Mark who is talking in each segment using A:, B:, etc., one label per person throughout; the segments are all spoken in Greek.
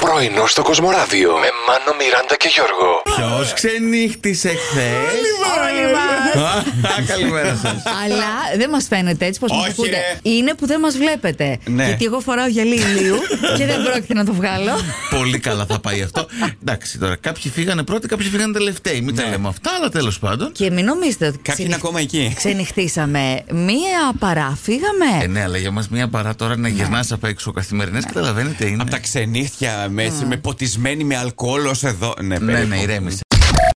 A: Πρωινό στο Κοσμοράδιο με Μάνο, Μιράντα και Γιώργο.
B: Ποιος ξενύχτησε χθες.
C: Όλοι μας.
B: Καλημέρα σας.
C: Λοιπόν. Αλλά δεν μας φαίνεται έτσι πως μας
B: Όχι,
C: ακούτε.
B: ρε.
C: Είναι που δεν μας βλέπετε.
B: Ναι.
C: Γιατί εγώ φοράω γυαλί ηλίου και δεν πρόκειται να το βγάλω.
D: Πολύ καλά θα πάει αυτό. Εντάξει τώρα, κάποιοι φύγανε πρώτοι, κάποιοι φύγανε τελευταίοι. Μην τα λέμε αυτά, αλλά τέλος πάντων.
C: Και μην νομίζετε ότι
B: Κάποιοι είναι
C: ξενυχ-
B: ακόμα εκεί.
E: Ναι.
C: ξενυχτήσαμε. Μία παράφυγαμε.
D: Ε, ναι, αλλά για μας μία παρά τώρα να γυρνάς απ' έξω καθημερινές, καταλαβαίνετε είναι.
B: Από τα ξενύχια
E: Ναι.
B: μέσα, με ποτισμένη με αλκοόλ ως εδώ. Ναι,
D: Ναι,
B: περίπου.
D: ναι, ηρέμησε.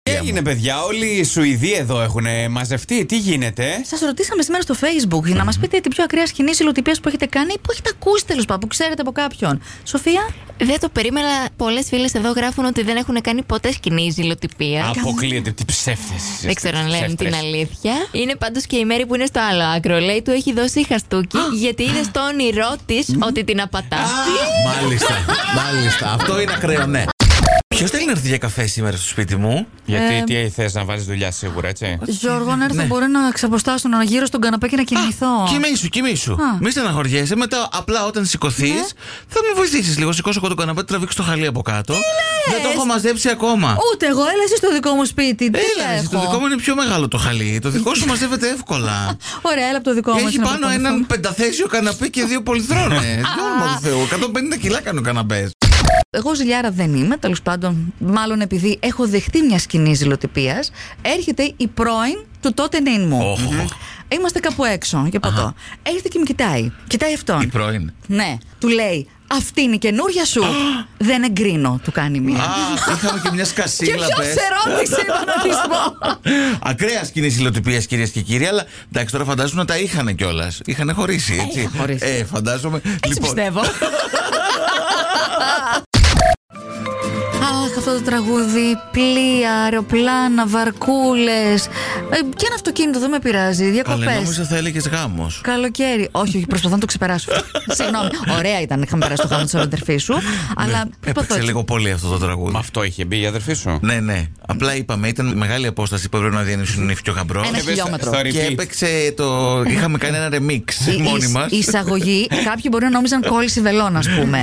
B: Τι έγινε, παιδιά, όλοι οι Σουηδοί εδώ έχουν ε, μαζευτεί. Τι γίνεται.
C: Σας ρωτήσαμε σήμερα στο Facebook για να μας πείτε την πιο ακραία σκηνή συλλοτυπίας που έχετε κάνει ή που έχετε ακούσει τέλος πάντων, που ξέρετε από κάποιον. Σοφία,
E: Δεν το περίμενα. Πολλές φίλες εδώ γράφουν ότι δεν έχουν κάνει ποτέ σκηνή ζηλοτυπία.
B: Αποκλείεται. Τι ψεύτες.
E: Δεν ξέρω αν λένε την αλήθεια. Είναι πάντως και η μέρη που είναι στο άλλο άκρο. Λέει του έχει δώσει χαστούκι γιατί είδε στο όνειρό της ότι την απατά.
D: Μάλιστα, μάλιστα. Αυτό είναι ακραίο, ναι. Ποιος θέλει να έρθει για καφέ σήμερα στο σπίτι μου,
B: Γιατί
E: Ε,
B: τι θες να βάλει δουλειά σίγουρα, έτσι.
C: Γιώργο,
D: ναι.
C: να έρθω μπορώ να ξαποστάσω να γύρω στον καναπέ και να κοιμηθώ.
D: Κοιμήσου, κοιμήσου. Μη στεναχωριέσαι. Μετά, απλά όταν σηκωθείς, θα με βοηθήσεις λίγο. Σηκώσω εγώ το καναπέ, τραβήξω το χαλί από κάτω. Δεν το έχω μαζέψει ακόμα.
C: Ούτε εγώ, έλα εσύ στο δικό μου σπίτι. Τι
D: Έλα,
C: έχω.
D: εσύ, το δικό μου είναι πιο μεγάλο το χαλί. Το δικό σου μαζεύεται εύκολα.
C: Ωραία, έλα από το δικό μου.
D: Έχει
C: έτσι να
D: πάνω
C: αποκομιθώ.
D: έναν πενταθέσιο καναπέ και δύο πολυθρόνες. Γιώργο του Θεού, 150 κιλά κάνουν καναπές.
C: Εγώ ζηλιάρα δεν είμαι, τέλος πάντων, μάλλον επειδή έχω δεχτεί μια σκηνή ζηλοτυπίας, έρχεται η πρώην του τότε νυν μου. Είμαστε κάπου έξω για ποτό. Έρχεται και με κοιτάει. Κοιτάει αυτόν.
D: Η πρώην.
C: Ναι, του λέει Αυτή είναι η καινούρια σου. δεν εγκρίνω, του κάνει
D: Α,
C: μία.
D: είχαμε και μια
C: και
D: σκασίλα
C: ποιος
D: πες.
C: σε ρώτησε τον ορισμό.
D: Ακραία σκηνή συλλοτυπία, κυρίες και κύριοι, αλλά εντάξει, τώρα φαντάζομαι να τα είχαν κιόλα. Είχαν χωρίσει, έτσι.
C: είχαν χωρίσει.
D: Ε, φαντάζομαι. Λοιπόν,
C: Έτσι πιστεύω. Αχ, αυτό το τραγούδι. Πλοία, αεροπλάνα, βαρκούλες. και ένα αυτοκίνητο δεν με πειράζει.
D: Καλέ,
C: Διακοπέ.
D: νόμιζα θα έλεγες γάμος.
C: Καλοκαίρι. Όχι, όχι, προσπαθώ να το ξεπεράσω. Συγγνώμη. Ωραία ήταν, είχαμε περάσει το χάμο της αδερφής σου. Αλλά.
D: Ναι, Έπαιξε
C: παθώ-
D: λίγο πολύ αυτό το τραγούδι.
B: Με αυτό είχε μπει η αδερφή σου.
D: Ναι, ναι. Απλά είπαμε, ήταν μεγάλη απόσταση που έπρεπε να διανύσουν οι Ε, πιο γαμπρό.
C: Ένα
B: Έπαιξε
C: χιλιόμετρο.
B: στο repeat.
D: Και έπαιξε το. Είχαμε κάνει ένα remix
C: Η-
D: μόνοι
C: η-
D: μας.
C: Η εισαγωγή, κάποιοι μπορεί να νόμιζαν κόλληση βελόνα, ας πούμε.